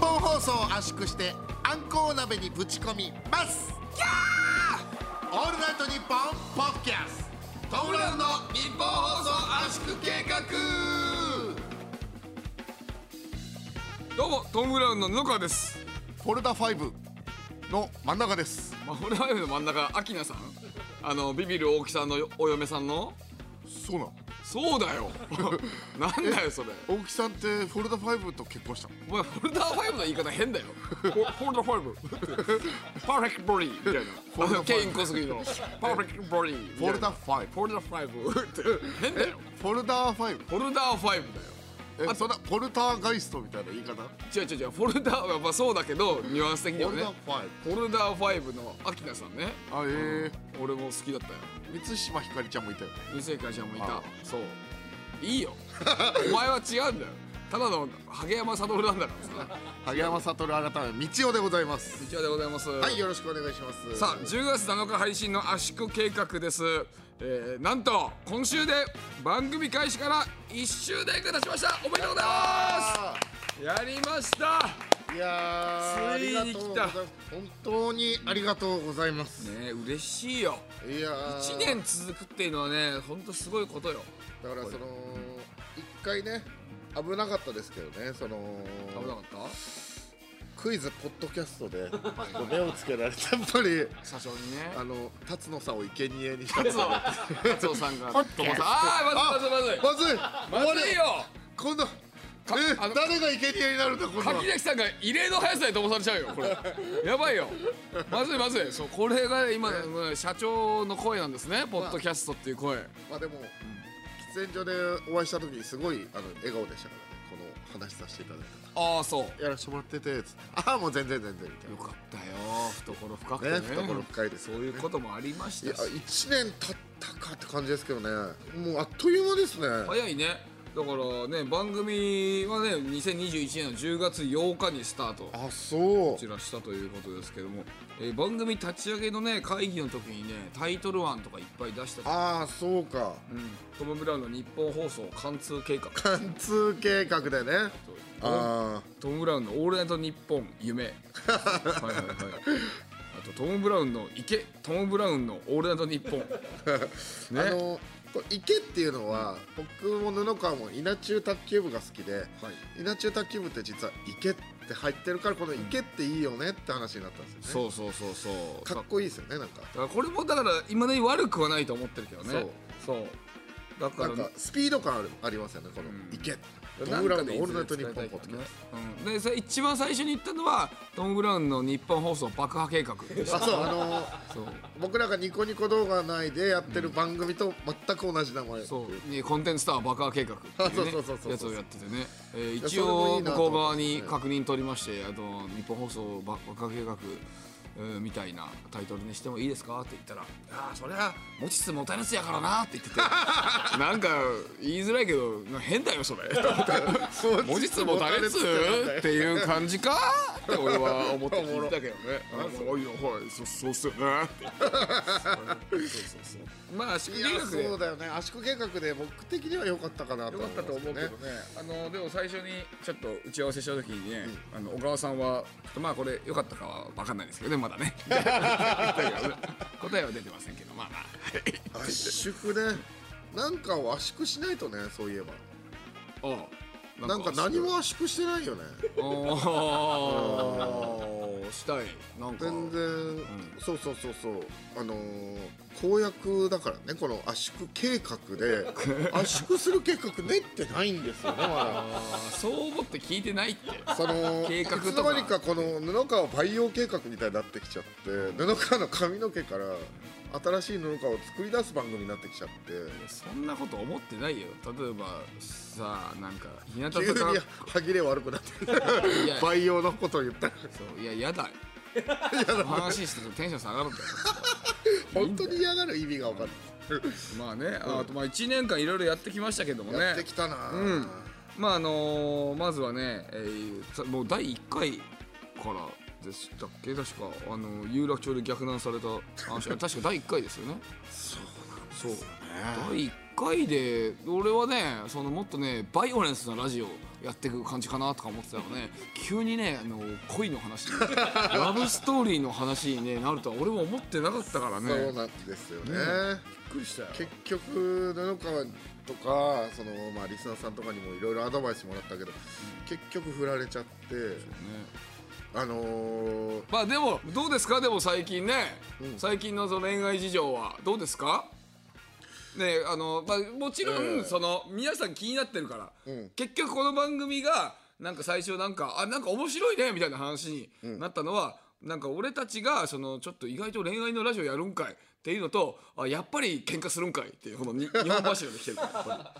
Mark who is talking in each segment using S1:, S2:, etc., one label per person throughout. S1: 本放送を圧縮してあんこう鍋にぶち込みますオールナイトニッポンポッキャストムブラウンの日本放送圧縮計画
S2: どうもトム・ブラウンの布川です
S1: フォルダ5の真ん中です
S2: まあこれはの真ん中アキナさんあのビビる大木さんのお嫁さんの
S1: そうなの
S2: そうだよ なんだよそれ
S1: 大木さんってフォルダ5と結婚したの
S2: お前フォルダーファイブの言い方変だよフォルダーファイブパーフェクトボディみたいな
S1: ォルダーファイブ
S2: あのケイン小杉のパーフェクトボディみた
S1: フ
S2: いな
S1: ォルダ5
S2: フォルダーファイブって変だよ
S1: フォルダ5
S2: フォルダーファイブだよ
S1: えそんなポルターガイストみたいな言い方
S2: 違う違う違うフォルダーはまあそうだけどニュアンス的
S1: フ
S2: には
S1: ォル
S2: ね
S1: ダ5
S2: フォルダーファイブのアキナさんね
S1: あえ
S2: 俺も好きだったよ
S1: ー、満島ひかりちゃんもいたよね
S2: 無正解者もいた
S1: あそう
S2: いいよ お前は違うんだよただの萩山悟なんだからさ
S1: 萩山悟改め道夫でございます
S2: 一応でございます
S1: はいよろしくお願いします
S2: さあ10月7日配信の圧縮計画です、えーなんと今週で番組開始から1周年が経ちましたおめでとうございますやりました
S1: いやー
S2: ついに来た
S1: ありがとうございます本当にありがとうございます、
S2: ねえ嬉しいよ
S1: いやー
S2: 1年続くっていうのはねほんとすごいことよ
S1: だからその一回ね危なかったですけどねその
S2: 危なかっ
S1: クイズポッドキャストでこう目をつけられてやっぱり
S2: た社長にね
S1: あの辰野さんを生贄にした
S2: そう松尾さ んが友さんあーまずいまずいま
S1: まずい
S2: ずいまずいよ
S1: こんなえ
S2: あの
S1: 誰が生贄になるんだこんなの
S2: 柿崎さんが異例の速さで飛ばされちゃうよこれやばいよまずいまずいそうこれが今の社長の声なんですねポッドキャストっていう声
S1: まあでも喫煙所でお会いした時にすごいあの笑顔でしたからねこの話させていただい
S2: ああそう
S1: たやらせてもらっててつってああもう全然全然みたいな
S2: よかったよ懐深くて
S1: ね
S2: ね
S1: 懐深いです
S2: そういうこともありまし
S1: いや
S2: たし
S1: 1年経ったかって感じですけどねもうあっという間ですね
S2: 早いねだからね番組はね2021年の10月8日にスタート
S1: あそ
S2: こちらしたということですけども、えー番組立ち上げのね会議の時にねタイトル案とかいっぱい出した
S1: うああそうか
S2: うんトム・ブラウンの日本放送貫通計画
S1: 貫通計画でねあ
S2: トム・ブラウンの「オールナイトニッポン夢」はいはいはいあとトム・ブラウンの「池」トム・ブラウンの「オールナイトニッポン」
S1: あ、あ
S2: ね
S1: のこう池っていうのは、僕も布川も稲中卓球部が好きで
S2: はい、
S1: 稲中卓球部って実は池って入ってるからこの池っていいよねって話になったんですよね
S2: そうそうそうそう
S1: かっこいいですよねなんか
S2: だからこれもだから今ね悪くはないと思ってるけどね
S1: そう
S2: そうだか
S1: な
S2: ら
S1: んかスピード感あるありますよねこの
S2: うん
S1: 池ト
S2: な
S1: ム・ブ
S2: ん
S1: ラウ
S2: か
S1: ンの
S2: で
S1: 「オールナイト
S2: い
S1: ニ
S2: ず
S1: ッ
S2: れ
S1: ポ
S2: 使
S1: ン」ポッドキャ
S2: いたいからね
S1: ス
S2: うんでそれ一番最初に言ったのはトム・ブラウンの日本放送爆破計画でし
S1: ト
S2: た
S1: あそうあの
S2: そう
S1: 僕らがニコニコ動画内でやってる番組と全く同じ名前、
S2: そう、ね、コンテンツタワー爆破計画っていう、ね、
S1: そうそうそうそうそう
S2: やつをやっててね、えー
S1: や
S2: 一
S1: それもい
S2: 応
S1: いな
S2: 向
S1: と
S2: こう
S1: 思っ
S2: 側
S1: て
S2: に確認取りましてあの日本放送ば爆破計画、えーみたいなタイトルにしてもいいですかって言ったら「ああそりゃ持ちつ持たれつやからな」って言ってて なんか言いづらいけどなんか変だよそれ持ちつ持たれつっていう感じかって俺は思って聞い たけどね「あーはいはいそそうっすよね」って言ってそうそうそうまあ足
S1: い
S2: 利
S1: や
S2: 学で
S1: そうだよね圧縮計画で僕的には良かったかなと
S2: よかったと思うけどね
S1: ね
S2: あのでも最初にちょっと打ち合わせした時にね、あの小川さんはちょっとまあこれよかったかは分かんないですけどねまだ ねだけど答えは出てませんけどまあまあ
S1: 圧縮ねなんかを圧縮しないとねそういえば
S2: おう
S1: なんか何も圧縮してないよね
S2: おーしたいなんか
S1: 全然、そうそうそうそうあのー公約だからねこの圧縮計画で 圧縮する計画ねってないんですよねま
S2: あーそう思って聞いてないって
S1: だその
S2: 計画とか
S1: いつの間にかこの布川培養計画みたいになってきちゃって布川の髪の毛から新しい布川を作り出す番組になってきちゃって
S2: そんなこと思ってないよ例えばさあなんか日向
S1: 急
S2: 坂
S1: に歯切れ悪くなってる
S2: いや
S1: 培養のことを言った
S2: そういややだ話してるとテンション下がるんだよ
S1: 本当に嫌がる意味が分かる、
S2: まあね、あとまあ1年間いろいろやってきましたけどもね
S1: やってきたな、
S2: うんまああのーまずはね、えーさもう第1回からでしたっけ確か、あのー有 楽町で逆難された話確か第1回ですよね
S1: そうなん
S2: そう
S1: ですよね
S2: 第1回で俺はねそのもっとねバイオレンスなラジオやっていく感じかなとか思ってたらね急にねあの恋 の話ラブストーリーの話に、ね、なるとは俺も思ってなかったからね
S1: そうなんですよね、
S2: びっくりしたよ
S1: 結局布川とかその、まあ、リスナーさんとかにもいろいろアドバイスもらったけど結局振られちゃってあのー、
S2: まあでもどうですかでも最近ね、最近のその恋愛事情はどうですかねあの、まあ、もちろん、
S1: ええ
S2: その皆さん気になってるか
S1: う
S2: ら、
S1: ん
S2: 結局この番組がなんか最初なんかあなんか面白いねみたいな話になったのは、なんか俺たちがそのちょっと意外と恋愛のラジオやるんかいっていうのとあやっぱり喧嘩するんかいっていうこのに日本柱で来てるからやっぱ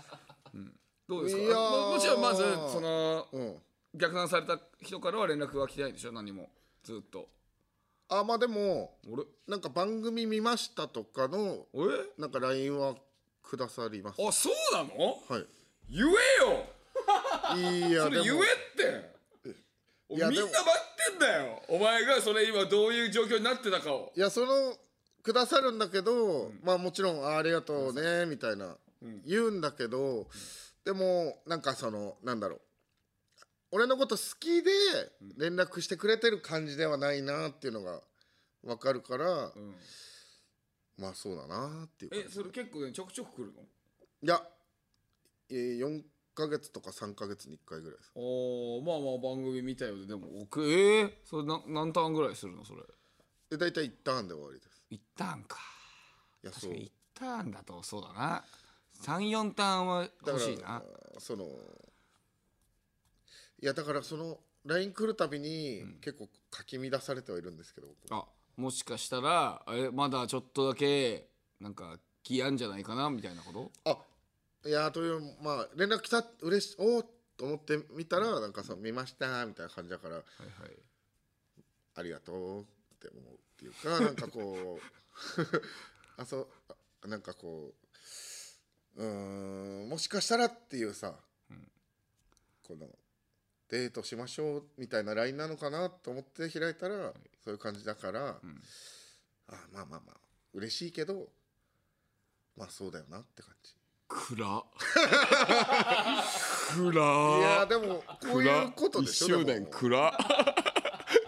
S2: りうんどうですか
S1: いやー
S2: ももちろんまずその
S1: うん
S2: 逆断された人からは連絡が来てないんでしょ何もずっと。
S1: あまあでも
S2: 俺
S1: なんか番組見ましたとかの
S2: え
S1: なんか LINE はくださります
S2: あそうなの
S1: はい
S2: 言えよ
S1: いや
S2: それ
S1: で
S2: 言え
S1: も
S2: ってお
S1: いや
S2: みんな
S1: でも
S2: 待ってんだよお前がそれ今どういう状況になってたかを
S1: いやそのくださるんだけど、まあもちろんあありがとうねみたいな、言うんだけど、でもなんかそのなんだろう俺のこと好きで連絡してくれてる感じではないなっていうのがわかるから、まあそうだなっていう感
S2: え
S1: じ
S2: それ結構ねちょくちょく来るの
S1: いやえー4ヶ月とか3ヶ月に1回ぐらいです
S2: おーまあまあ番組見たよでも僕えー、それな何ターンぐらいするのそれ
S1: で大体1ターンで終わりです
S2: 一ターンか
S1: いや
S2: 確
S1: そう
S2: かに一ターンだとそうだな34ターンは
S1: だ
S2: 欲
S1: から
S2: しいな
S1: そのいやだからその LINE 来るたびに結構かき乱されてはいるんですけど、僕
S2: あもしかしたらえまだちょっとだけなんか気あんじゃないかなみたいなこと
S1: あいやというまあ連絡来た嬉しいおーと思ってみたらなんかその見ましたみたいな感じだから
S2: はいはい
S1: ありがとうって思うっていうか なんかこう あそうあなんかこううーんもしかしたらっていうさ、このデートしましょうみたいな LINE なのかなと思って開いたら、そういう感じだから、あまあまあまあ嬉しいけどまあそうだよなって感じ。
S2: 暗暗
S1: いやでもこういうことでしょ
S2: 一周
S1: で
S2: 年
S1: も
S2: 暗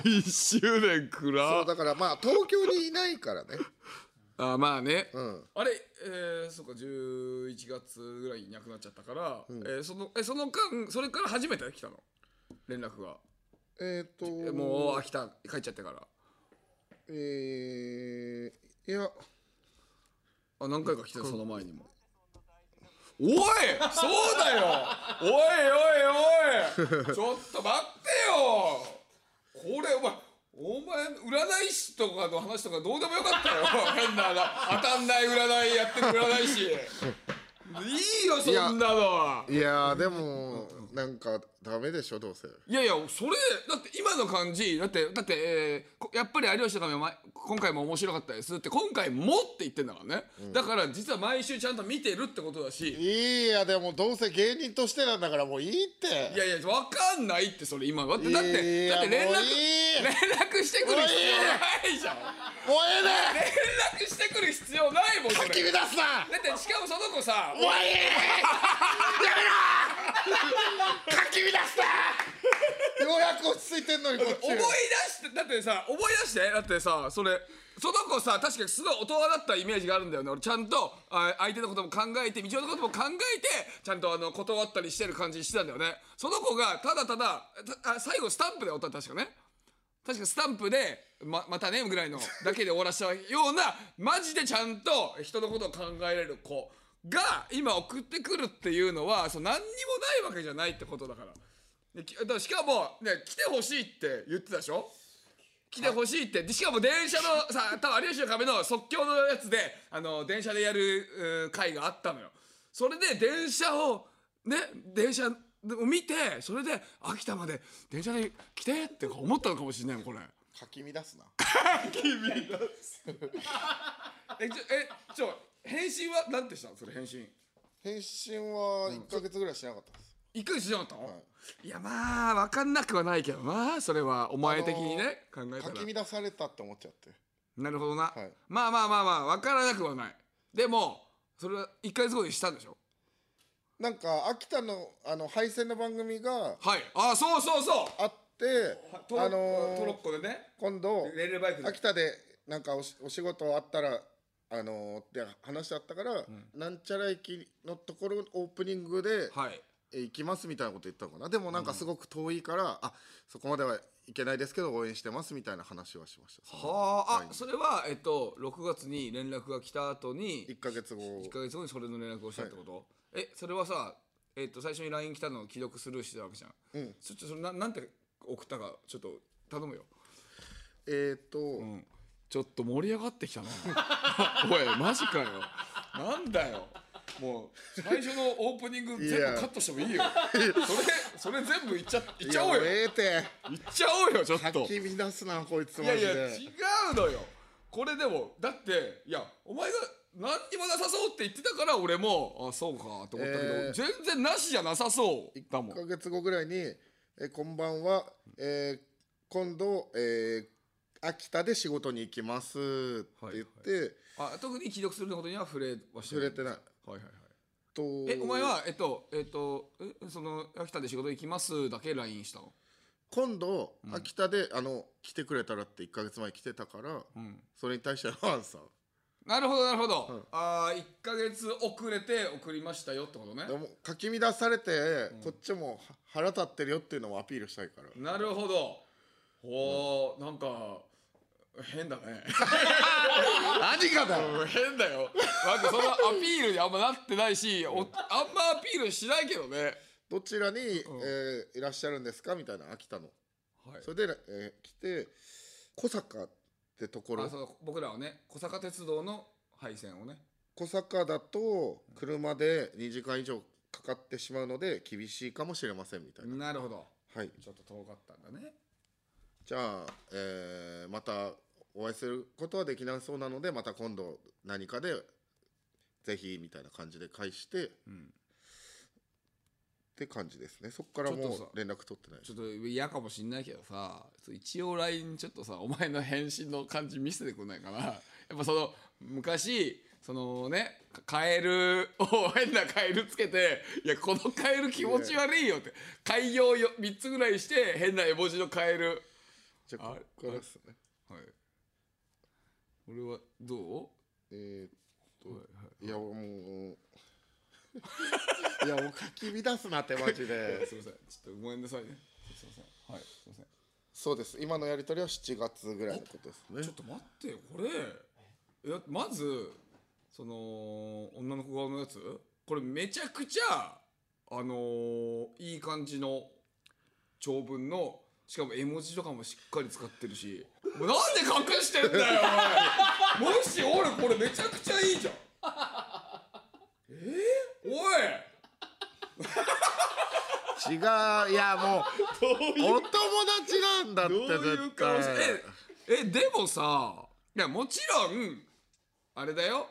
S2: 一周年
S1: そ
S2: 暗
S1: うだからまあ東京にいないからね、
S2: あまあね、
S1: うん、
S2: あれえー、そうか11月ぐらいに亡くなっちゃったから、えーそのえその間それから初めて来たの連絡が
S1: えっ、
S2: え
S1: と
S2: もう秋田帰っちゃってから
S1: えー、いや
S2: あ何回か来てたその前にもおいそうだよおいおいおいちょっと待ってよこれお前お前占い師とかの話とかどうでもよかったよ変なな当たんない占いやってる占い師いいよそんなのはい
S1: やーでもなんかダメでしょどうせ
S2: いやいやそれだって今の感じだってだって、えーこやっぱり有吉とかも前今回も面白かったですって今回もって言ってんだからね、だから実は毎週ちゃんと見てるってことだし
S1: いやでもどうせ芸人としてなんだからもういいって
S2: いやいや、わかんないって、それ今。だって、だって、
S1: い
S2: だ
S1: や
S2: って連絡
S1: もう、いい
S2: 連絡してくる必要ないじゃん。
S1: もうええね
S2: 連絡してくる必要ないもん、それ。だ
S1: 君出すな
S2: って、しかもその子さ、
S1: もういいやめろかき乱すなようやく落ち着いてんのにこっち
S2: 思い出して、だってさ、思い出して、だってさ、それ、その子さ、確かにすごい大人だったイメージがあるんだよね。俺、ちゃんと、あ相手のことも考えて、道夫のことも考えて、ちゃんとあの、断ったりしてる感じにしてたんだよね。その子が、ただただ、たあ最後スタンプで終わった、確かね。確かスタンプで、ま、またね、ぐらいの、だけで終わらせたような、マジでちゃんと人のことを考えれる子が、今送ってくるっていうのは、そう何にもないわけじゃないってことだから。できだからしかも、ね、来てほしいって言ってたでしょ来てほしいって。でしかも電車の、 さ、多分有吉の壁の即興のやつで、あの、電車でやる、うー回があったのよ。それで電車を、ね、電車を見て、それで秋田まで電車で来てって思ったのかもしれないもん、これ。
S1: かき乱すな
S2: え、ちょ、え、ちょ、返信は何てしたのそれ返信。
S1: 返信は1ヶ月ぐらいしなかったです、
S2: 行くしなかったの、、
S1: はい
S2: や、まあ、わかんなくはないけどな、それは。お前的にね、考えた。
S1: からき乱されたって思っちゃって
S2: なるほどな、
S1: はい
S2: まあまあまあまあ分からなくはないでもそれは1回ずつしたんでしょ
S1: なんか秋田のあの配線の番組が
S2: はいあそうそうそう
S1: あってあのー
S2: トロッコでね
S1: 今度
S2: レールバイクで
S1: 秋田でなんかおしお仕事あったらあのーって話あったから、なんちゃら駅のところオープニングで、
S2: はい
S1: え行きますみたいなこと言ったのかなでもなんかすごく遠いから、あそこまではいけないですけど応援してますみたいな話はしました
S2: はあ、
S1: はい
S2: あそれはえっと6月に連絡が来た後に
S1: 1か月後
S2: 1か月後にそれの連絡をしたってこと、えそれはさえっと最初に LINE 来たのを既読スルーしてたわけじゃん、
S1: うん
S2: ちょっとそれななんて送ったかちょっと頼むよ、
S1: えっ、と、
S2: うん、ちょっと盛り上がってきたな おいマジかよなんだよもう最初のオープニング全部カットしてもいいよそれそれ全部いっちゃいっちゃお
S1: い
S2: うよ
S1: やもええて
S2: いっちゃおうよちょっと
S1: 吐き乱すなこいつ
S2: い
S1: マ
S2: や
S1: ジ
S2: い
S1: で
S2: や違うのよこれでもだっていやお前が何にもなさそうって言ってたから俺もあそうかと思ったけど、
S1: えー
S2: 全然なしじゃなさそうだも
S1: 1
S2: ん
S1: か月後ぐらいに「えーこんばんは、えー今度、えー秋田で仕事に行きます」って言って、
S2: あ特に既読することには触れはして
S1: 触れてない
S2: はいはいはい
S1: と
S2: えお前はえっとえっとえその秋田で仕事行きますだけ LINE したの
S1: 今度秋田で、あの来てくれたらって1か月前来てたから
S2: うん
S1: それに対してのアンサー
S2: なるほどなるほど、
S1: ん
S2: ああ1か月遅れて送りましたよってことね
S1: でもかき乱されて、こっちもは腹立ってるよっていうのをアピールしたいから
S2: なるほどほう、なんか変だね
S1: 何がだよ
S2: うん変だよなんかそのアピールにあんまなってないしおあんまアピールしないけどね、
S1: どちらに、
S2: ん
S1: えーいらっしゃるんですかみたいな秋田の
S2: はい
S1: それで、えー来て小坂ってところ
S2: あそう僕らはね小坂鉄道の廃線をね
S1: 小坂だと車で2時間以上かかってしまうので厳しいかもしれませんみたいな、
S2: なるほど
S1: はい
S2: ちょっと遠かったんだね
S1: じゃあ、えーまたお会いすることはできなそうなのでまた今度何かでぜひみたいな感じで返してっ
S2: うん
S1: て感じですねそこから
S2: ちょっ
S1: も
S2: とさ
S1: う連絡取ってない
S2: ちょっと嫌かもしんないけどさそう一応 LINE ちょっとさお前の返信の感じ見せてくんないかなやっぱその昔そのねかカエルを変なカエルつけて「いやこのカエル気持ち悪いよ」って開業よ3つぐらいして変な絵文字のカエル
S1: じゃあ
S2: あ
S1: ここからですね
S2: はい。俺はどう？
S1: えーっ
S2: はい
S1: といやもう いやもうかき乱すなってマジ
S2: はい。
S1: です
S2: みません。ちょっとごめんなさいね。すみません。はい。すみません。
S1: そうです今のやり取りは7月ぐらいのことですね
S2: ちょっと待ってよこれ。えだってまずその女の子側のやつ。これめちゃくちゃあのーいい感じの長文の。しかも絵文字とかもしっかり使ってるしもうなんで隠してんだよおいもし俺これめちゃくちゃいいじゃんえー、おい
S1: 違ういやもうお友達なんだって
S2: どういう
S1: 絶対
S2: 顔してええでもさいやもちろんあれだよ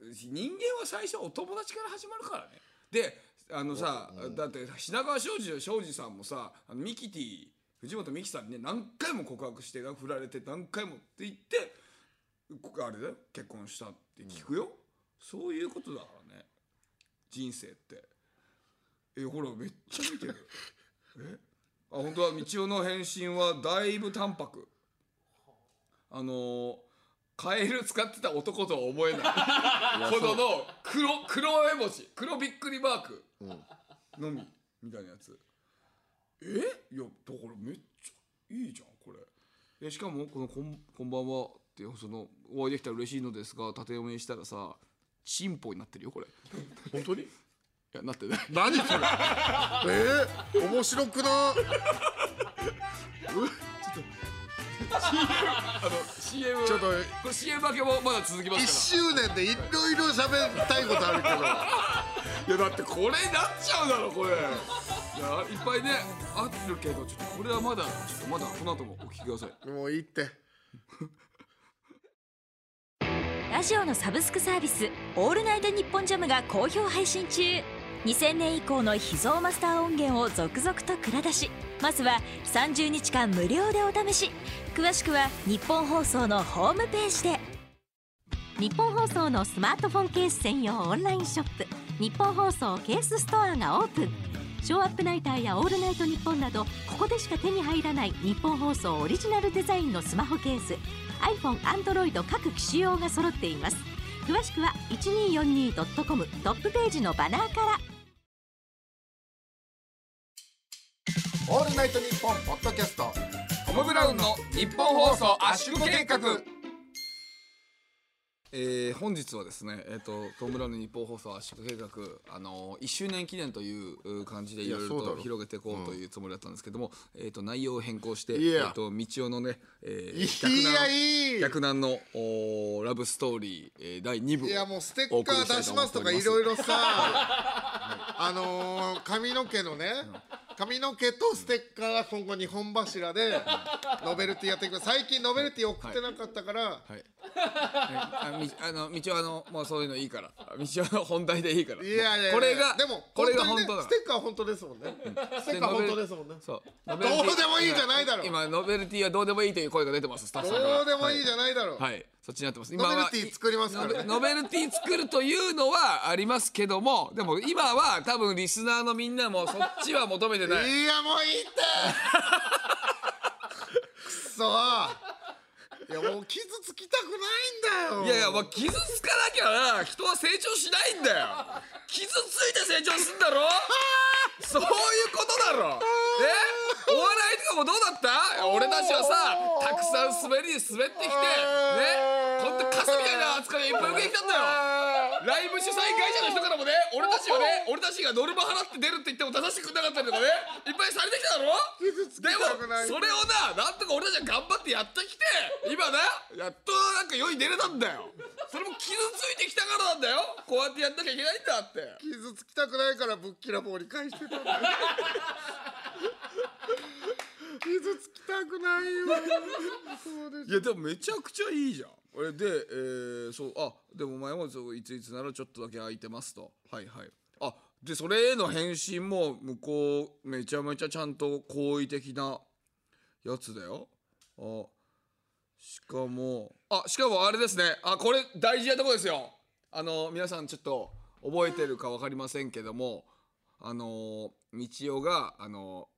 S2: 人間は最初お友達から始まるからねであのさ、だって品川庄司庄司さんもさあのミキティ藤本美貴さんにね何回も告白して振られて何回もって言ってこあれだよ結婚したって聞くよ、そういうことだからね人生ってえほらめっちゃ見てるえあ本当は道夫の返信はだいぶ淡白あのーカエル使ってた男とは思えないほどの黒黒絵文字黒びっくりマークのみみたいなやつえいやだからめっちゃいいじゃんこれえしかもこのこん「こんばんは」ってそのお会いできたら嬉しいのですが縦読みにしたらさチンポになってるよこれい
S1: 本当に
S2: やなってない
S1: 何それえ ー、面白くな
S2: あの CM
S1: ちょっと
S2: これ CM 明けもまだ続きま
S1: 1
S2: す
S1: 周年でいろいろ喋りたいことあるけど
S2: からいやだってこれになっちゃうだろこれいやいっぱいねあるけどちょっとこれはまだちょっとまだこの後もお聞きください
S1: もういいって
S3: ラジオのサブスクサービス「オールナイトニッポンジャム」が好評配信中2000年以降の秘蔵マスター音源を続々と蔵出しまずは30日間無料でお試し詳しくは日本放送のホームページで日本放送のスマートフォンケース専用オンラインショップ日本放送ケースストアがオープンショーアップナイターやオールナイトニッポンなどここでしか手に入らない日本放送オリジナルデザインのスマホケース iPhone、Android 各機種用が揃っています詳しくは 1242.com トップページのバナーから
S1: オールナイトニッポンポッドキャスト
S2: トム・ブラウンの日本放送圧縮計画えー、本日はですね、えー、とトム・ブラウンの日本放送圧縮計画、あのー、1周年記念というう感じでい
S1: いや
S2: ろい
S1: そうだ
S2: ろと
S1: ろ
S2: 広げていこうというつもりだったんですけども、えー、と内容を変更して、え
S1: いや
S2: ー、と道夫のね、え
S1: い
S2: ー、逆
S1: や
S2: 難
S1: いい
S2: 逆難のおーラブストーリー、えー、第2部を
S1: いやもうステッカー出しますとか
S2: お送り
S1: い
S2: したいと
S1: ろ
S2: 思
S1: いろ さあのー髪の毛のね髪の毛とステッカーは今後2本柱でノベルティやっていく最近ノベルティ送ってなかったから
S2: はい。あみ あの道はあのもうそういうのいいから。道は本題でいいから。
S1: いやいやいや
S2: これが
S1: でも
S2: これが本
S1: に
S2: 当
S1: ね
S2: だ
S1: ス。テッカーは本当ですもんねステッカーは本当ですもんね
S2: そう。ど
S1: どうでもいいじゃないだろ
S2: 今ノベルティはどうでもいいという声が出てます。スタッフさんから。
S1: どうでもいいじゃないだろ
S2: はい。はいそっちになってます。
S1: ノ
S2: は
S1: ベルティ作りますから
S2: ノベノベルティ作るというのはありますけども、でも今は多分リスナーのみんなもそっちは求めてない。
S1: いやもういいってくそいやもう傷つきたくないんだよ
S2: いやいや、まあ、傷つかなきゃな人は成長しないんだよ傷ついて成長すんだろそういうことだろえお笑いとかもどうだった俺たちはさたくさん滑りに滑ってきてねほんとカスみたいな扱いがいっぱい受けてきたんだよライブ主催会社の人からもね俺たちはね俺たちがノルマ払って出るって言っても出させてくれなかったりとかねいっぱいされてきただろ
S1: 傷つき
S2: で
S1: た
S2: も
S1: くない
S2: それをななんとか俺たちは頑張ってやってきて今なやっとなんか世に出れたんだよそれも傷ついてきたからなんだよこうやってやんなきゃいけないんだって
S1: 傷つきたくないからぶっきらぼうに返してた んだよ傷つきたくないよそうで
S2: いやでもめちゃくちゃいいじゃんえで、えーそうあでもお前もそういついつならちょっとだけ空いてますとはいはいあでそれへの返信も向こうめちゃめちゃちゃんと好意的なやつだよあしかもあしかもあれですねあこれ大事なとこですよあの皆さんちょっと覚えてるか分かりませんけどもあの道夫があの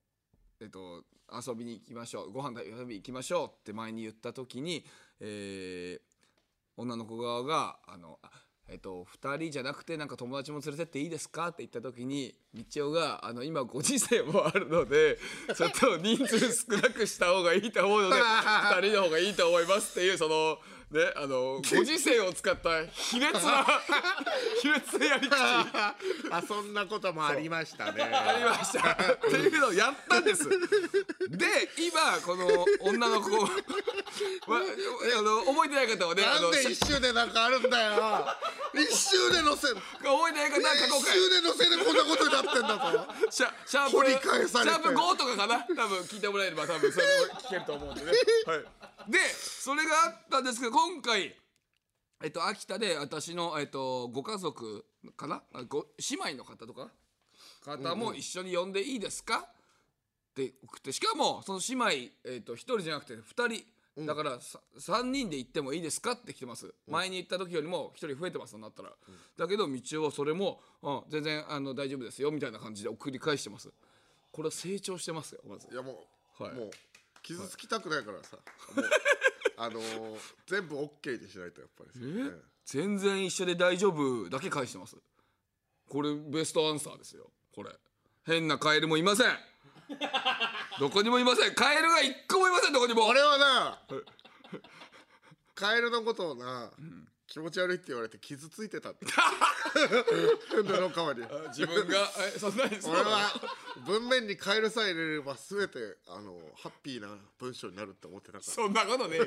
S2: えっと、遊びに行きましょうご飯食べに行きましょうって前に言った時に、えー女の子側があの、あえっと、2人じゃなくてなんか友達も連れてっていいですかって言った時に道夫があの今ご時世もあるのでちょっと人数少なくした方がいいと思うので2人の方がいいと思いますっていうその。ね、あのご時世を使った卑劣な 卑劣なやり口
S1: すあそんなこともありましたね
S2: ありました。っていうのをやったんです。で、今、この女の子は、まああの、覚えてない方はね、あ
S1: なん
S2: の、
S1: で一周でなんかあるんだよ一周で乗せる
S2: 覚え てない方は過去
S1: 一
S2: 回、
S1: 周で乗せでこんなことになってんだぞ
S2: シャシャー
S1: 掘
S2: プ、
S1: り返されて
S2: シャープ5とかかな多分聞いてもらえれば、多分それも聞けると思うんでね。 はい。で、それがあったんですけど、今回、えっと、秋田で私の、えっと、ご家族かなあご姉妹の方とか方も一緒に呼んでいいですか、って送ってしかもその姉妹、えっと1人じゃなくて2人だからさ、3人で行ってもいいですかって来てます、前に行った時よりも1人増えてますとなったら、だけど道夫はそれも、うん、全然あの大丈夫ですよみたいな感じで送り返してますこれは成長してますよまず
S1: いやもう、
S2: はい
S1: もう傷つきたくないからさ、もうあのー、全部オッケーにしないとやっぱり、ね、
S2: 全然一緒で大丈夫だけ返してますこれベストアンサーですよこれ変なカエルもいませんどこにもいませんカエルが一個もいませんどこにも
S1: 俺はなカエルのことをな、気持ち悪いって言われて傷ついてた って 布の代わり
S2: 自分がえそんなにそう
S1: 俺は文面にカエルさえ入れれば全てあのハッピーな文章になるって思ってなかった
S2: そんなことねえよ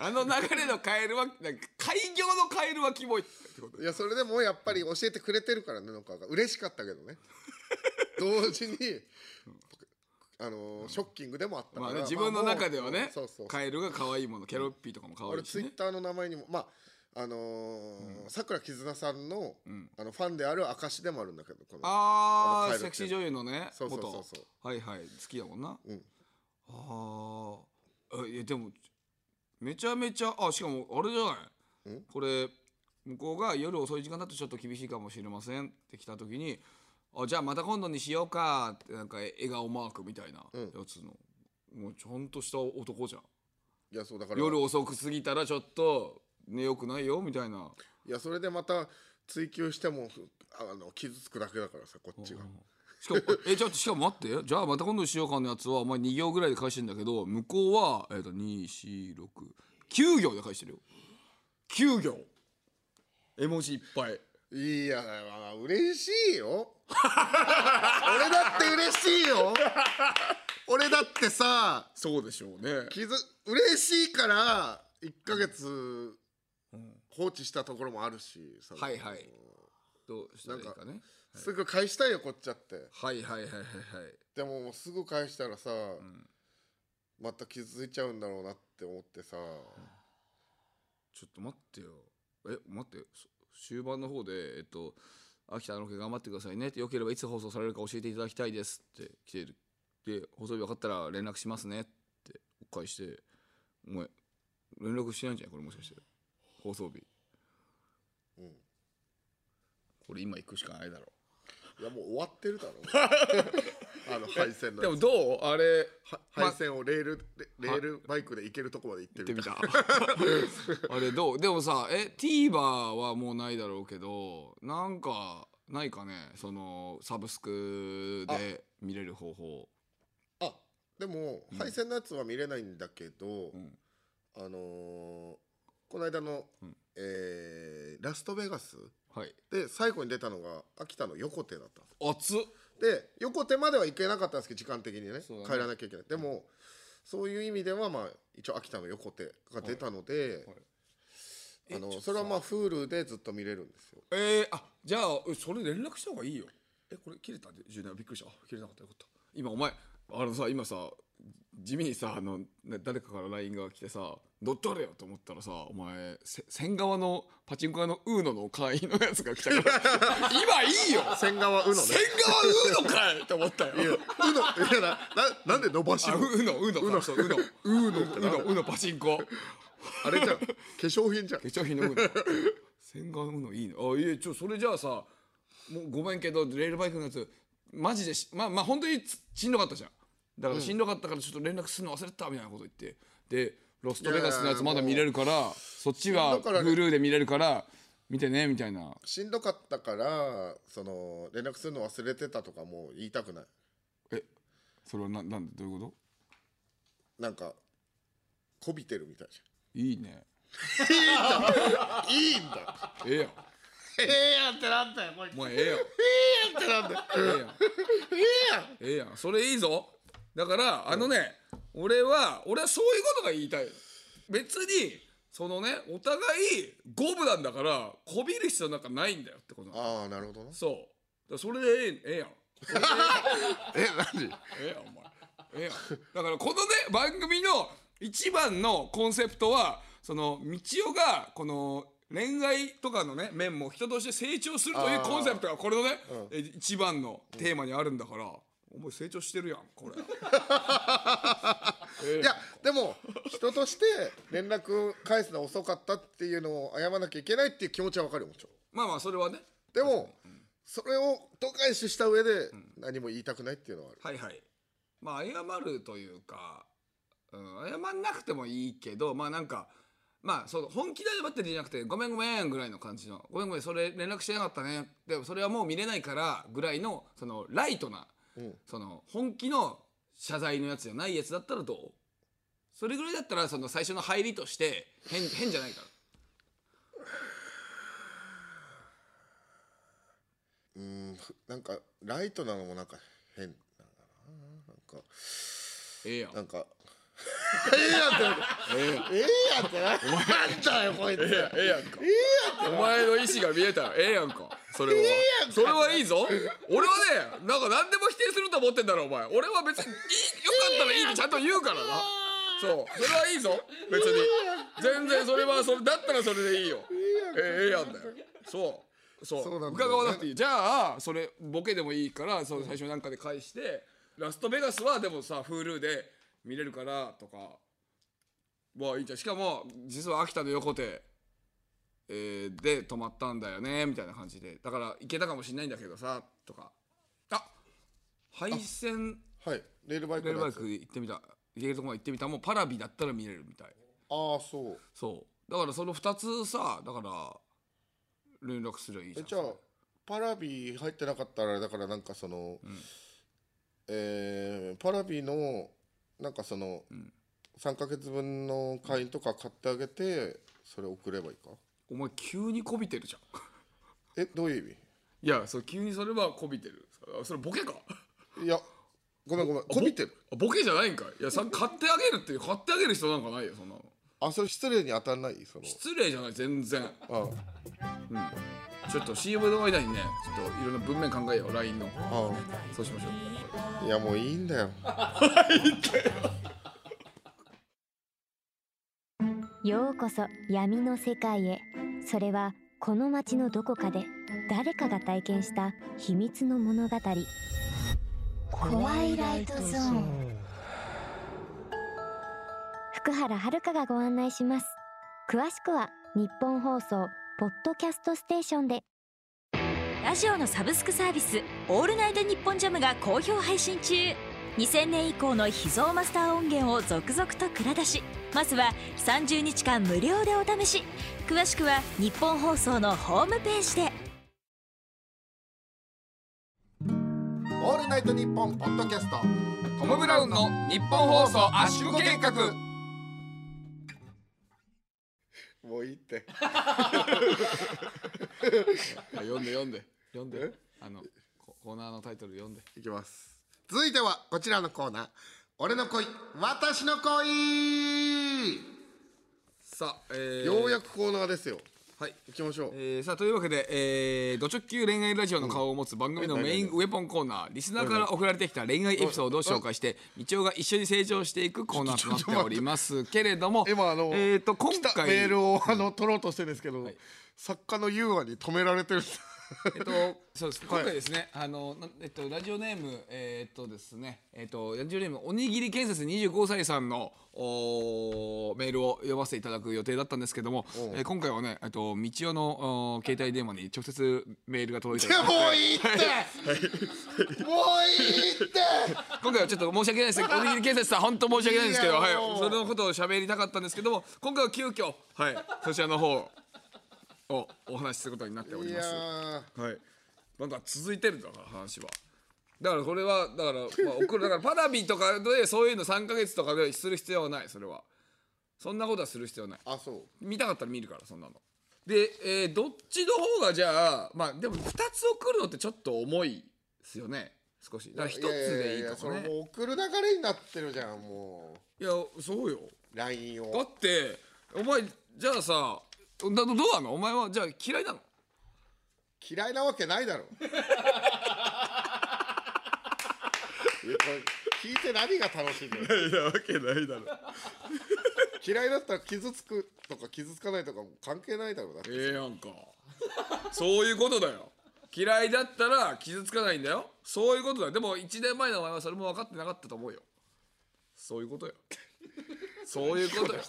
S2: あの流れのカエルはなんか開業のカエルはキモいってこと
S1: いやそ れでもやっぱり教えてくれてるからねなんかが嬉しかったけどね同時にあのーショッキングでもあったか
S2: ま
S1: ら、
S2: あね自分の中では
S1: まあも
S2: ね
S1: うそうそう
S2: カエルが可愛いものケロッピーとかも可愛
S1: 俺
S2: いし
S1: ツイ
S2: ね
S1: ッターの名前にもまああのーさくらきずなさんの,、あのファンである証でもあるんだけどこの
S2: あ
S1: あのカエルっ
S2: あ
S1: て
S2: セクシー女優のね
S1: そうそうそうそう
S2: 元はいはい好きやもんな、
S1: うん
S2: あーあいやでもめちゃめちゃあしかもあれじゃない
S1: ん
S2: これ向こうが夜遅い時間だとちょっと厳しいかもしれませんって来た時にあじゃあまた今度にしようかってなんか笑顔マークみたいな
S1: うん
S2: やつの、もうちゃんとした男じゃん
S1: いやそうだから
S2: 夜遅く過ぎたらちょっとねよくないよみたいない
S1: やそれでまた追求してもあの傷つくだけだからさこっちが
S2: しかもえちょっとしかも待ってじゃあまた今度にしようかのやつはお前2行ぐらいで返してんだけど向こうは、えー、と2469行で返してるよ9行絵文字いっぱい
S1: いやまあ嬉しいよ 俺だって嬉しいよ俺だってさ
S2: そうでしょうね
S1: 傷嬉しいから1ヶ月放置したところもあるしさ
S2: はいはいどうしたらいいかね
S1: すぐ返したいよこっちだって
S2: はいはいはいはいはい
S1: でももうすぐ返したらさ、また傷ついちゃうんだろうなって思ってさ、
S2: ちょっと待ってよえ待ってそ終盤の方でえっと秋田のロケ頑張ってくださいねってよければいつ放送されるか教えていただきたいですって来てるで放送日分かったら連絡しますねってお返してお前連絡してないんじゃないこれもしかして放送日
S1: うん、
S2: これ今行くしかないだろ
S1: いやもう終わってる だろあの配線の
S2: でもどうあれ
S1: は
S2: ま
S1: 配線をレールレレールバイクで行けるとこまで行って
S2: って
S1: み
S2: み
S1: た
S2: た あれどうでもさえ TVer はもうないだろうけどなんかないかねそのサブスクで見れる方法
S1: あでも、配線のやつは見れないんだけど、
S2: ん
S1: あのーこの間の、
S2: うん
S1: えーラストベガス
S2: はい
S1: で最後に出たのが秋田の横手だったんです
S2: 熱っ
S1: で横手までは行けなかったんですけど時間的にね
S2: そうだね
S1: 帰らなきゃいけないでもそういう意味ではまあ一応秋田の横手が出たので、あのそれはまあ Hulu でずっと見れるんですよ
S2: えー、あじゃあえそれ連絡した方がいいよえこれ切れた10年びっくりしたあ切れなかったよかった今お前あのさ今さ地味にさあのな誰かから LINE が来てさ乗っ取れよと思ったらさお前せ千川のパチンコ屋のウーノの会員のやつが来 たから今いいよ
S1: 千川うのね
S2: 千川ウーノかいって思ったよ。
S1: うのいやなななんで伸ばし
S2: あ、
S1: の
S2: ううの、うの、うの、そう、うの、うの、うの、うの、パチンコ。化
S1: あれじゃん化粧品じゃん
S2: 粧品のうの。洗顔うのいいの。あ、いえ、ちょ、それじゃあさ。もうごめんけど、レールバイクのやつ。マジでし、まあ、まあ、本当につしんどかったじゃん。だから、しんどかったから、ちょっと連絡するの忘れてたみたいなこと言って。で、ロストベガスのやつまだ見れるから、そっちは
S1: だからね
S2: Hulu で見れるから。見てねみたいな。
S1: しんどかったからその連絡するの忘れてたとかもう言いたくない
S2: それはな、なんで、どういうこと。
S1: なんかこびてるみたいじ
S2: いいね。
S1: ゃんいいんだよ
S2: ええや
S1: え
S2: ん。
S1: えやんってなんだよこれ
S2: もうええや
S1: え
S2: ん。
S1: えやんってなんだよ
S2: ええやん。ええやん。それいいぞ。だから、あのね、俺は、俺はそういうことが言いたい。別に、そのね、お互い五分なんだから、こびる必要なんかないんだよってことなの
S1: ああなるほどな
S2: そう。だからそれでえええ えやん。
S1: え何
S2: ええやん、お前。ええやん。だから、このね、番組の一番のコンセプトは、その、道夫が、この、恋愛とかのね面も人として成長するという
S1: あー
S2: コンセプトがこれのね、
S1: うん
S2: え一番のテーマにあるんだから、お前成長してるやん これええ
S1: いやでも人として連絡返すの遅かったっていうのを謝らなきゃいけないっていう気持ちはわかるよもちろん
S2: まあまあそれはね
S1: でもそれを度外視した上で何も言いたくないっていうのはある、
S2: はいはいまあ謝るというか、うん、謝んなくてもいいけどまあなんかまあその本気で謝ってるんじゃなくて「ごめんごめん」ぐらいの感じの「ごめんごめんそれ連絡してなかったね」でもそれはもう見れないからぐらいのそのライトな
S1: うん
S2: その本気の謝罪のやつじゃないやつだったらどうそれぐらいだったらその最初の入りとして変変じゃないから
S1: うーんふなんかライトなのもなんか変なんだな
S2: ええやん
S1: なんかなんかええやんってなんだええやんってなんだよこいつええやん
S2: ええやんか。お前の意思が見えたらええやんか。それは。それはいいぞ。俺はね、なんか何でも否定すると思ってんだろ、お前。俺は別にいい、よかったらいいってちゃんと言うからな。そう。それはいいぞ。別に。全然それは、それ、だったらそれでいいよ。ええええやんだよ。そう。そう。
S1: そうなんだよね
S2: 伺わなくていい。じゃあ、それ、ボケでもいいから、その最初なんかで返して、ラストベガスはでもさ、Hulu で見れるからとか、まあいいじゃん。しかも、実は秋田の横手、えーで泊まったんだよねみたいな感じでだから行けたかもしれないんだけどさとかあ配線
S1: はいレールバイク
S2: レール
S1: の
S2: バ
S1: や
S2: イ
S1: つ
S2: クで行ってみた行けるとこまで行ってみたもうパラビだったら見れるみたい
S1: ああそう
S2: そうだからその2つさだから連絡すりゃいいじ
S1: え
S2: ゃん
S1: じゃあパラビ入ってなかったらだからなんかその、
S2: ん
S1: えーパラビのなんかその、
S2: ん
S1: 3ヶ月分の会員とか買ってあげてそれ送ればいいか
S2: お前急にこびてるじゃん
S1: えどういう
S2: いやそう急にそれはこびてるあそれボケか
S1: 意味いやごめんごめんこびてる
S2: あボケじゃないんかいいやさ買ってあげるって買ってあげる人なんかないよそんなの
S1: あそれ失礼に当たんないその
S2: 失礼じゃない全然
S1: あ
S2: ちょっと CM の間にねちょっといろんな文面考えよう LINE の
S1: あ
S2: そうしましょう
S1: あいやもういいんだよ
S4: ようこそ闇の世界へそれはこの街のどこかで誰かが体験した秘密の物語怖いライトゾーン福原遥がご案内します詳しくは日本放送ポッドキャストステーションで
S3: ラジオのサブスクサービス「オールナイトニッポンジャム」が好評配信中2000年以降の秘蔵マスター音源を続々と蔵出しまずは30日間無料でお試し詳しくは日本放送のホームページで
S1: 「オールナイトニッポン」ポッドキャスト
S2: トム・ブラウンの日本放送圧縮計画
S1: もういいって
S2: 読んで読んで読んで
S1: え
S2: あのココーナーのタイトル読んで
S1: いきます続いてはこちらのコーナー「俺の恋私の恋」
S2: さあ、えー、
S1: よう
S2: や
S1: やくコーナーですよ
S2: はい
S1: 行きましょう
S2: えーさあというわけで、えー、ド直球恋愛ラジオの顔を持つ番組のメインウェポンコーナーリスナーから送られてきた恋愛エピソードを紹介して道夫が一緒に成長していくコーナーとなっておりますけれども
S1: 今あの、
S2: えー、と今
S1: 来た
S2: 回
S1: メールをあの取ろうとしてるんですけど、作家の優雅に止められてるんです
S2: えっと、そうです。今回ですね、あの、なえっと、ラジオネーム、えーっとですね、えっと、ラジオネーム、おにぎり建設25歳さんの、おーメールを読ませていただく予定だったんですけども、えー今回はね、えっと、道夫のおー携帯電話に直接メールが届いて
S1: いや もういいってもういいって
S2: 今回はちょっと申し訳ない ですけど、おにぎり建設さん、本当申し訳ないんですけど、
S1: い
S2: はいい
S1: よ、
S2: そのことを喋りたかったんですけども、今回は急遽、はい、そちらの方をお話しすることになっており
S1: い
S2: ま
S1: や
S2: す。
S1: ー
S2: はい、なんか続いてるんだから話はだからこれはだから、まあ、送るだからパラビとかでそういうの3か月とかでする必要はないそれはそんなことはする必要はない
S1: あそ
S2: 見たかったら見るからそんなので、えーどっちの方がじゃあまあでも2つ送るのってちょっと重いですよね少し
S1: う
S2: だから1つでいい
S1: ややや
S2: か
S1: やそ
S2: も
S1: れ
S2: ね
S1: もう送る流れになってるじゃんも
S2: いやそうよ
S1: う LINE
S2: だ
S1: を
S2: ってお前じゃあさだどうなのお前はじゃあ嫌いなの
S1: 嫌いなわけないだろいやこれ聞いて何が楽しいんだよ
S2: 嫌いなわけないだろ
S1: 嫌いだったら傷つくとか傷つかないとかも関係ないだろうだって
S2: ええやんかそういうことだよ嫌いだったら傷つかないんだよそういうことだよでも1年前のお前はそれも分かってなかったと思うよそういうことよそういうことよ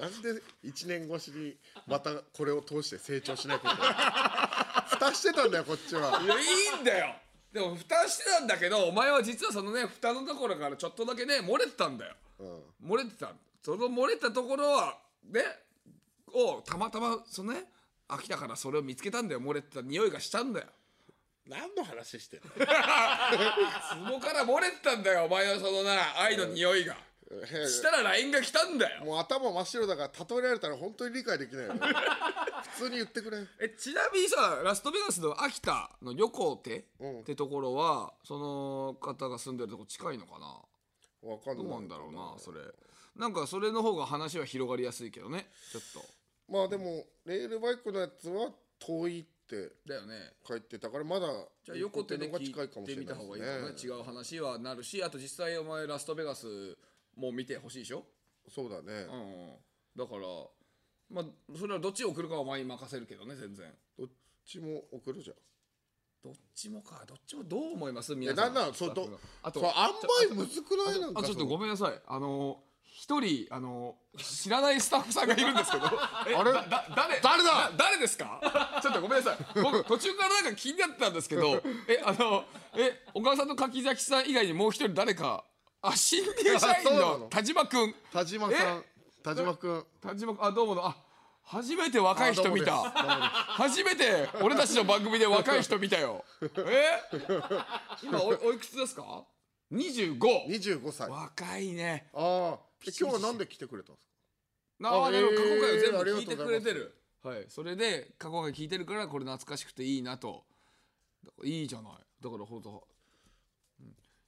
S1: なんで1年越しにまたこれを通して成長しなきゃいけない蓋してたんだよこっちはい
S2: やいいんだよでも蓋してたんだけどお前は実はそのね蓋のところからちょっとだけね漏れてたんだよ
S1: うん
S2: 漏れてたその漏れたところはねをたまたまそのね飽きたからそれを見つけたんだよ漏れてた匂いがしたんだよ
S1: 何の話してんの
S2: そこから漏れてたんだよお前のそのな愛の匂いがしたら LINE が来たんだよ
S1: もう頭真っ白だから例えられたら本当に理解できないよね普通に言ってくれ
S2: えちなみにさラストベガスの秋田の横手
S1: うん
S2: ってところはその方が住んでるとこ近いのかな
S1: わかんな
S2: ど
S1: いう
S2: なんだろうなそれなんかそれの方が話は広がりやすいけどねちょっと
S1: まあでもレールバイクのやつは遠いって
S2: だよね
S1: 書いてたからまだ
S2: じゃあ横手で
S1: のが
S2: 聞
S1: 近い
S2: い
S1: かもしてれ
S2: み
S1: な
S2: た
S1: い
S2: 方がいいかもね
S1: です
S2: 違
S1: ね
S2: う話はなるしあと実際お前ラストベガスも見てほしいでしょ
S1: そうだね
S2: うんうんだからまあそれはどっちを送るかはお前に任せるけどね全然
S1: どっちも送るじゃん
S2: どっちもか、どっちもどう思います
S1: い
S2: 皆
S1: や
S2: さん。
S1: なんならそうと
S2: あと、
S1: これ
S2: あ
S1: 塩梅むずくないなんか
S2: ちょっ
S1: そ
S2: と
S1: の
S2: ごめんなさい。あの一人あの知らないスタッフさんがいるんで すけどあ
S1: れ
S2: 誰
S1: 誰だ
S2: 誰ですかちょっとごめんなさい僕途中からなんか気になってたんです けどえあのえ小川さんと柿崎さん以外にもう一人誰かあ新入社
S1: あそ
S2: 員
S1: うな
S2: の
S1: の
S2: 田島君
S1: 田島さん田島くん
S2: 田島君あどうもどうもあ初めて若い人見
S1: あどうもですどうも
S2: た初めて俺たちの番組で若い人見たよ え今おおいくつですか25
S1: です25歳あ
S2: 若いね
S1: あ
S2: ピチピチ
S1: 今日はなんで来てくれたんですか
S2: なあ、
S1: あ
S2: でも
S1: えー
S2: 過去回を全部
S1: ありが
S2: 聞い
S1: と
S2: て
S1: うご
S2: く
S1: ざい
S2: れ
S1: ます
S2: てる。はい、それで過去回聞いてるからこれ懐かしくていいなと。だからいいじゃない。だからほんと。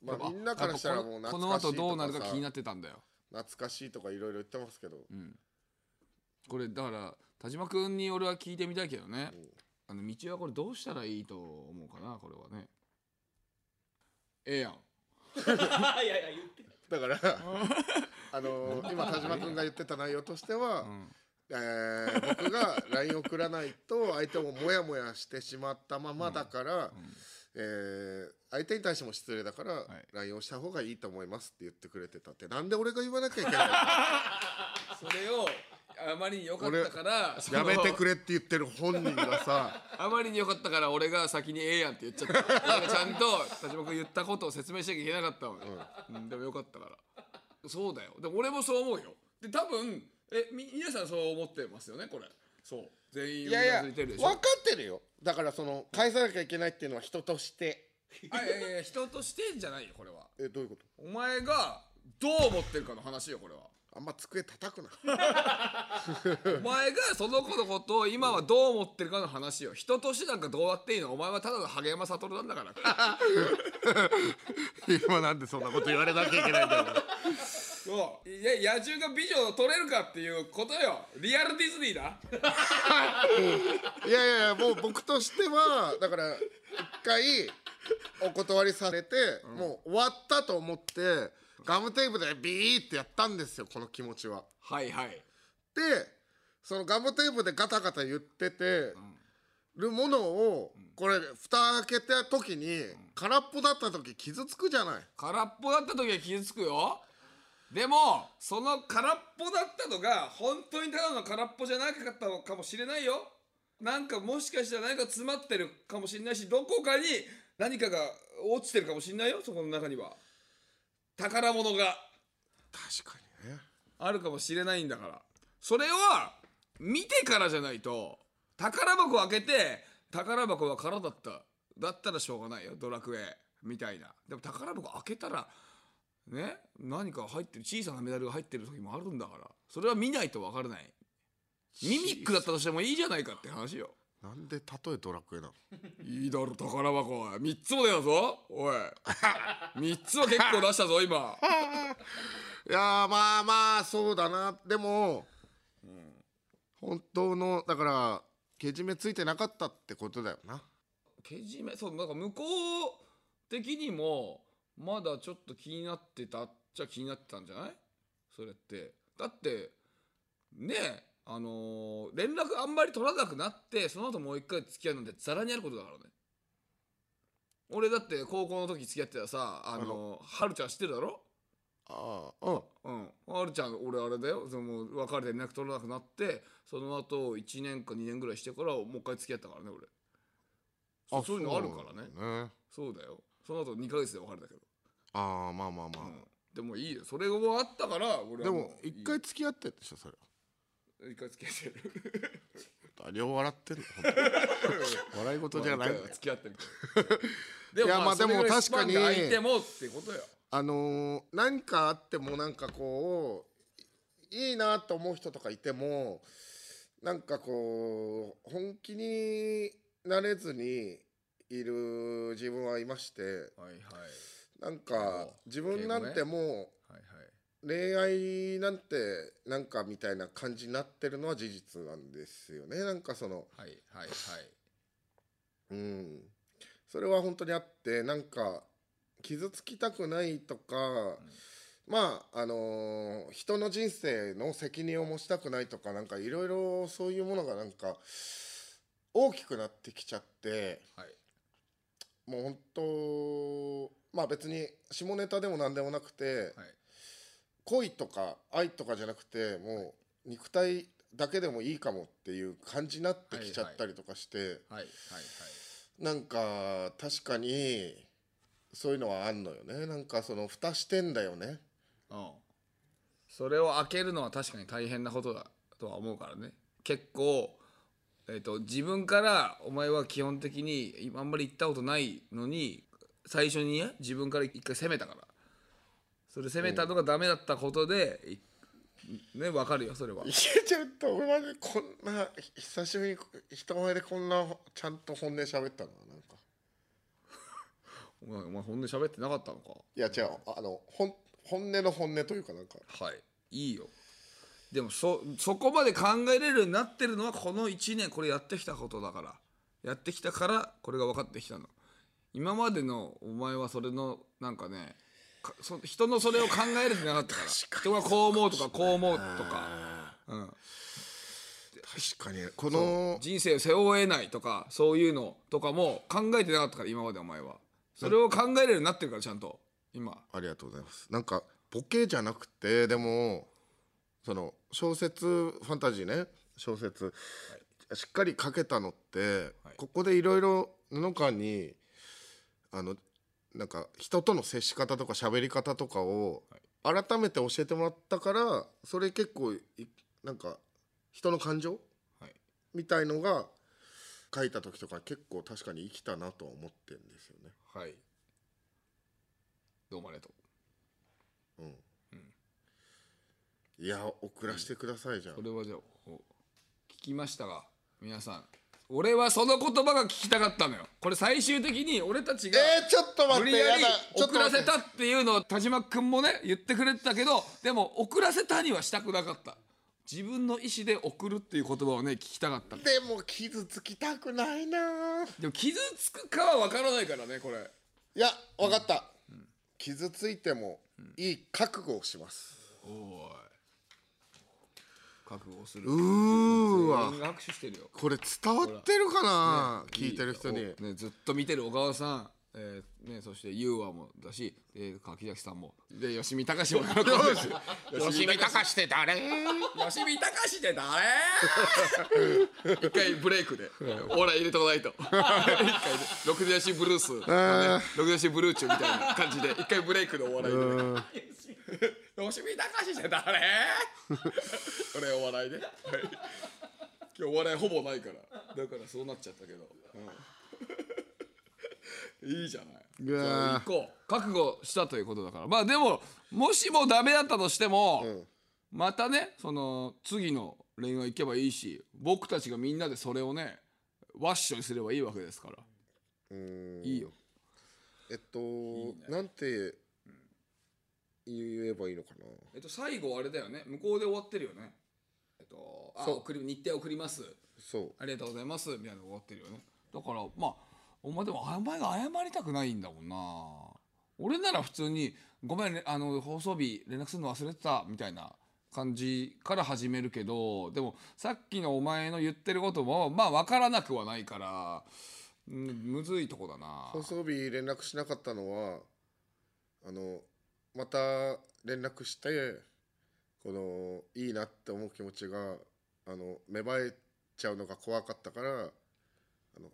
S1: ま
S2: で
S1: あ
S2: も
S1: みんなからしたらもう
S2: あこ
S1: 懐
S2: のこの
S1: かしい
S2: 後どう
S1: と
S2: なる
S1: か
S2: か気にな
S1: さ
S2: ってたんだよ。
S1: 懐かしいとかいろいろ言ってますけど
S2: うん。これだから田島君に俺は聞いてみたいけどね。あの道はこれどうしたらいいと思うかなこれはね。ええやん。
S5: いやいや言って
S1: だからあの今田島くんが言ってた内容としては
S2: うん。
S1: えー僕が LINE を送らないと相手もモヤモヤしてしまったままだからえー相手に対しても失礼だから
S2: い
S1: LINE をした方がいいと思いますって言ってくれてたってなんで俺が言わなきゃいけないの
S2: それをあまりに良かったからその
S1: やめてくれって言ってる本人がさ
S2: あまりに良かったから俺が先にええやんって言っちゃっただからちゃんと田島君言ったことを説明しなきゃいけなかったのよ、うんでもよかったからそうだよでも俺もそう思うよで多分えみ皆さんそう思ってますよねこれそう全員
S1: いう
S2: な
S1: やいや分
S2: ずいてるでしょ
S1: かってるよだからその返さなきゃいけないっていうのは人として
S2: あいやいやいや人としてじゃないよこれは
S1: えどういうこと
S2: お前がどう思ってるかの話よこれは
S1: あんま机叩くな
S2: お前がその子のことを今はどう思ってるかの話よ人としてなんかどうやっていいのお前はただの萩山悟なんだから
S1: 今なんでそんなこと言われなきゃいけないんだよ
S2: そういや野獣が美女を取れるかっていうことよリアルディズニーだ
S1: いやいやいやもう僕としてはだから一回お断りされて、もう終わったと思ってガムテープでビーってやったんですよこの気持ちは。
S2: はいはい
S1: でそのガムテープでガタガタ言ってて、るものをこれ蓋開けた時に、空っぽだった時傷つくじゃない。
S2: 空っぽだった時は傷つくよでもその空っぽだったのが本当にただの空っぽじゃなかったのかもしれないよなんかもしかしたら何か詰まってるかもしれないしどこかに何かが落ちてるかもしれないよそこの中には宝物が
S1: 確かにね。
S2: あるかもしれないんだからそれは見てからじゃないと宝箱開けて宝箱は空だっただったらしょうがないよドラクエみたいなでも宝箱開けたらね何か入ってる小さなメダルが入ってる時もあるんだからそれは見ないと分からないミミックだったとしてもいいじゃないかって話よ
S1: なんで例えドラクエなの
S2: いいだろ宝箱は3つも出たぞおい3つは結構出したぞ今
S1: いやーまあまあそうだなでも、本当のだからけじめついてなかったってことだよな
S2: けじめそうなんか向こう的にもまだちょっと気になってたっちゃ気になってたんじゃないそれってだってねえあのー連絡あんまり取らなくなってその後もう一回付き合うなんてざらにあることだからね俺だって高校の時付き合ってたさあ
S1: あ
S2: のー、はるちゃん知ってるだろ
S1: ああうん
S2: うん、あるちゃん俺あれだよそのもう別れて連絡取らなくなってその後1年か2年ぐらいしてからもう一回付き合ったからね俺そうそういうのあるからね
S1: そうなんだね
S2: そうだよその後2ヶ月で別れたけど、
S1: ああまあまあまあ、
S2: うんでもいいよそれもあったから俺
S1: で
S2: は
S1: も
S2: ういい
S1: 一回付き合ってんでしょそれ
S2: 一回付き合ってる
S1: 何を笑 ってんの本当に笑い事じゃないんだよ
S2: まあ一回は付き合ってるけど
S1: いやまあでも
S2: それぐら
S1: 確
S2: い
S1: かに
S2: スパンが空いてもってことよ
S1: あのー何かあってもなんかこういいなと思う人とかいてもなんかこう本気になれずにいる自分はいまして
S2: はいはい
S1: なんか自分なんても
S2: はいはいう
S1: 恋愛なんてなんかみたいな感じになってるのは事実なんですよねなんかその
S2: はいはいはい
S1: うんそれは本当にあってなんか傷つきたくないとか、まああのー人の人生の責任を持ちたくないとかなんかいろいろそういうものがなんか大きくなってきちゃって
S2: はい
S1: もう本当まあ別に下ネタでも何でもなくて、
S2: はい
S1: 恋とか愛とかじゃなくてもう肉体だけでもいいかもっていう感じになってきちゃったりとかして、
S2: はいはいはい
S1: なんか確かにそういうのはあんのよねなんかその蓋してんだよね
S2: うんそれを開けるのは確かに大変なことだとは思うからね結構、えー、と自分からお前は基本的に今あんまり行ったことないのに最初にね自分から一回攻めたからそれ攻めたのがダメだったことで、いね分かるよそれは
S1: 言えちゃうと俺はねこんな久しぶりに人前でこんなちゃんと本音喋ったのはなんか
S2: お前お前本音喋ってなかったのか
S1: いや違うあのほん本音の本音というかなんか
S2: はいいいよでもそそこまで考えれるようになってるのはこの1年これやってきたことだからやってきたからこれが分かってきたの今までのお前はそれのなんかねかそ人のそれを考えれてなかったから人がこう思うとかこう思うとか、うん、
S1: 確かにこの
S2: 人生を背負えないとかそういうのとかも考えてなかったから今までお前はそれを考えれるようになってるからちゃんと今
S1: ありがとうございますなんかボケじゃなくてでもその小説ファンタジーね小説、しっかり書けたのって、
S2: はい
S1: ここでいろいろ布川にあのなんか人との接し方とか喋り方とかを改めて教えてもらったからそれ結構いなんか人の感情、
S2: はい
S1: みたいのが書いた時とか結構確かに生きたなとは思ってるんですよね。
S2: はいどうもありがとう
S1: うんいや送らせてくださいじゃん、
S2: それはじゃあお聞きましたが皆さん俺はその言葉が聞きたかったのよこれ最終的に俺たちが
S1: えー、ちょっと待っ
S2: 無
S1: て
S2: 理やり
S1: やだちょっ
S2: 遅
S1: と
S2: ら
S1: 待っ
S2: せ
S1: て
S2: たっていうのを田島君もね言ってくれてたけどでも遅らせたにはしたくなかった自分の意思で送るっていう言葉をね聞きたかったの
S1: でも傷つきたくないなぁ
S2: でも傷つくかは分からないからねこれ
S1: いや分かった、傷ついてもいい覚悟をします、
S2: おい覚悟する
S1: うーわ
S2: 全員が拍手してるよ
S1: これ伝わってるかな、
S2: ね
S1: 聞いてる人に
S2: おね、ずっと見てる小川さん、えーね、そしてユーアもだし、えー、柿崎さんもで吉見隆も喜んでる 吉見隆って誰吉見隆って誰 一回ブレイクでオーラ入れとかないと 一回で六出しブルース、ね、六出しブルーチュみたいな感じで一回ブレイクでお笑い入れて吉見隆って誰これお笑いで、はい今日お笑いほぼないからだからそうなっちゃったけど、うんいいじゃないう
S1: わ
S2: 行こう覚悟したということだからまあでももしもダメだったとしても、
S1: うん
S2: またねその次の恋愛行けばいいし僕たちがみんなでそれをねワッショにすればいいわけですから、
S1: うーん
S2: いいよ
S1: えっと
S2: ね
S1: なんて言えばいいのかな
S2: えっと最後あれだよね向こうで終わってるよねえっとあ
S1: そう
S2: 送り日程送ります
S1: そう
S2: ありがとうございますみたいなの終わってるよねだからまあお前でもお前が謝りたくないんだもんな俺なら普通に「ごめん、ね、あの放送日連絡するの忘れてた」みたいな感じから始めるけどでもさっきのお前の言ってることもまあ分からなくはないから、うん、むずいとこだな
S1: 放送日連絡しなかったのはあのまた連絡してこのいいなって思う気持ちがあの芽生えちゃうのが怖かったからあの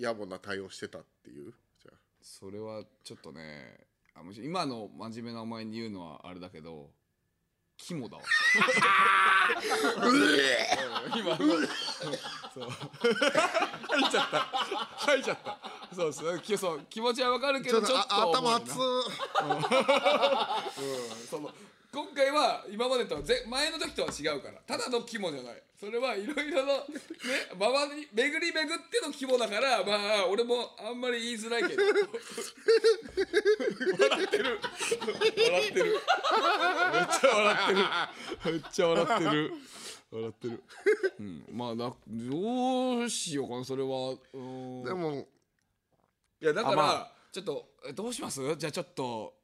S1: 野暮な対応してたっていうじゃあ
S2: それはちょっとねあむしろ今の真面目なお前に言うのはあれだけど肝だわ今う そう吐いちゃった吐いちゃったそうそうきそう気持ちはわかるけ
S1: ちょ
S2: ど
S1: っ
S2: ちょ
S1: と
S2: っと
S1: あ頭
S2: 重い
S1: 熱
S2: な
S1: っ
S2: その今回は今までとはぜ前の時とは違うからただの肝じゃないそれはいろいろのね周り巡り巡っての肝だからまあ俺もあんまり言いづらいけど笑ってる笑ってるめっちゃ笑ってるめっちゃ笑ってる笑ってる、うん、まあなどうしようかなそれはうん
S1: でも
S2: いやだから、
S6: あま
S2: ちょっとえどうしますじゃあちょっと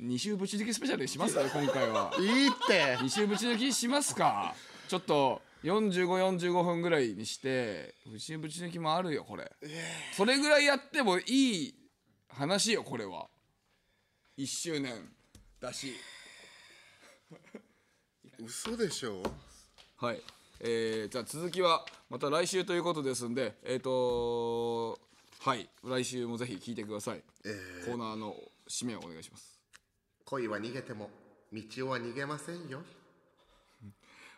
S2: 二週ぶち抜きスペシャルにします今回は
S1: いいって
S2: 二週ぶち抜きしますかちょっと4545分ぐらいにして二週ぶち抜きもあるよこれそれぐらいやってもいい話よこれは1周年だし
S1: 嘘でしょ
S2: はい。えー、じゃあ続きはまた来週ということですんで、えっ、とはい、来週もぜひ聞いてください。コーナーの締めをお願いします。
S1: 恋は逃げても道は逃げませんよ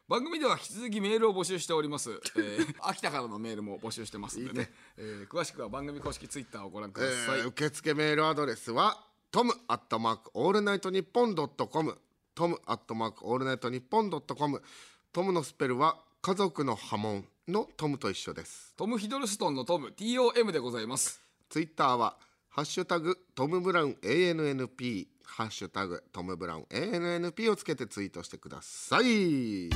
S2: 番組では引き続きメールを募集しております。 えー、秋田からのメールも募集してますんでね。えー詳しくは番組公式ツイッターをご覧ください。
S1: えー受付メールアドレスはトムアットマークオールナイトニッポンドットコムトムアットマークオールナイトニッポンドットコムトムのスペルは家族の波紋のトムと一緒です
S2: トムヒドルストンのトム T.O.M でございます。
S1: ツイッターはハッシュタグトムブラウン ANNP ハッシュタグトムブラウン ANNP をつけてツイートしてください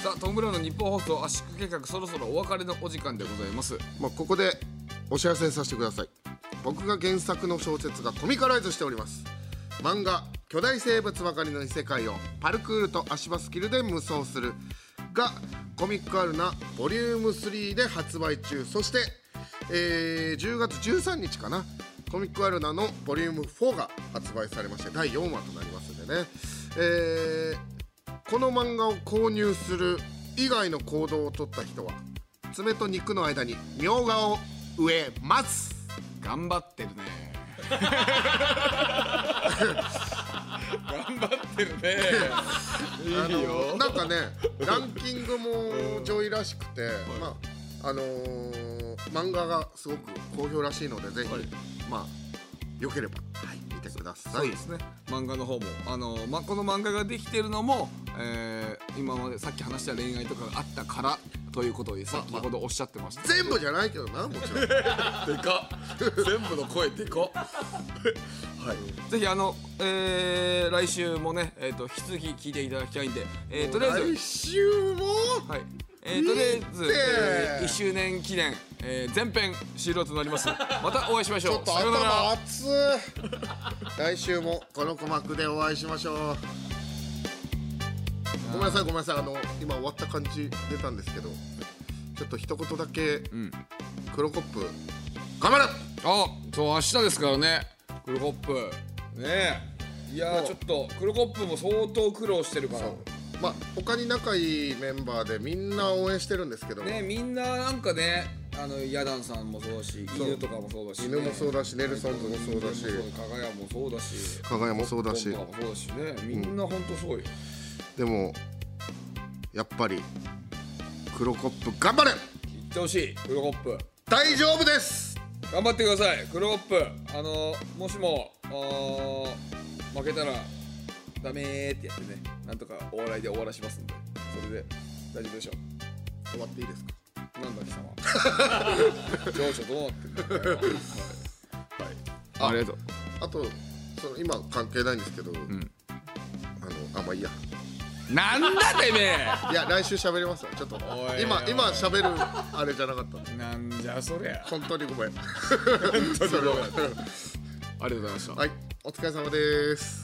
S2: さあ、トムブラウンの日本放送圧縮計画そろそろお別れのお時間でございます。
S1: まあここでお知らせさせてください僕が原作の小説がコミカライズしております漫画「巨大生物ばかりの異世界」をパルクールと足場スキルで無双するがコミックアルなボリューム3で発売中そして、えー10月13日かなコミックアルナのボリューム4が発売されまして第4話となりますんでね、えーこの漫画を購入する以外の行動を取った人は爪と肉の間にみょうがを植えます
S2: 頑張ってる ね。頑張ってるね。
S1: あ
S2: いいよ
S1: の。なんかねランキングも上位らしくて、まああのー漫画がすごく好評らしいのでぜひ、
S2: はい
S1: まあよければ、はい、見てくださ
S2: そう
S1: い
S2: ですね。漫画の方も、あの、まこの漫画ができてるのも、えー今までさっき話した恋愛とかがあったから。ということで、先ほどおっしゃってました。
S1: 全部じゃないけどなもちろん
S2: でかっ全部の声でかっはいぜひあの、えー来週もね、えー、と引き続き聞いていただきたいんで、えーとりあえず
S1: 来週も
S2: はいえーとりあえず
S1: いいって、
S2: え1周年記念、えー前編終了となり ますまたお会いしまし
S1: ちょ
S2: ょ
S1: っ
S2: う
S1: と
S2: さようなら
S1: 頭熱い 来週もこの鼓膜でお会いしましょうごめんなさいごめんなさいあの今終わった感じ出たんですけどちょっと一言だけ、黒コップ頑張れ
S2: あそう明日ですからねクルコップねえいやーちょっとクルコップも相当苦労してるから
S1: まあ他に仲いいメンバーでみんな応援してるんですけど、
S2: ねみんななんかねあのヤダンさんもそうだし
S1: う
S2: 犬とかもそうだし、ね、
S1: 犬もそうだしネルソンズもそうだし
S2: 犬もそう加賀屋もそうだし
S1: 加賀屋もそうだし
S2: ボンバーもそうだしねみんな本当すごいよ、
S1: でもやっぱり黒コップ頑張れ
S2: 言ってほしいクロコップ
S1: 大丈夫です
S2: 頑張ってくださいクロコップあのもしもあー負けたらダメーってやってねなんとかお笑いで終わらしますんでそれで大丈夫でしょう
S1: 終わっていいですか
S2: なんだ貴様 情緒どうなってるのはいありがとう
S1: あとその今関係ないんですけど、あのあまあいいや
S2: なんだてめえ
S1: いや来週喋りますよちょっと
S2: おい
S1: 今
S2: おい
S1: 今喋るあれじゃなかった
S2: なんじゃそりゃ
S1: 本当にごめん
S2: 当にごめん
S1: それは
S2: ありがとうございました
S1: はいお疲れ様です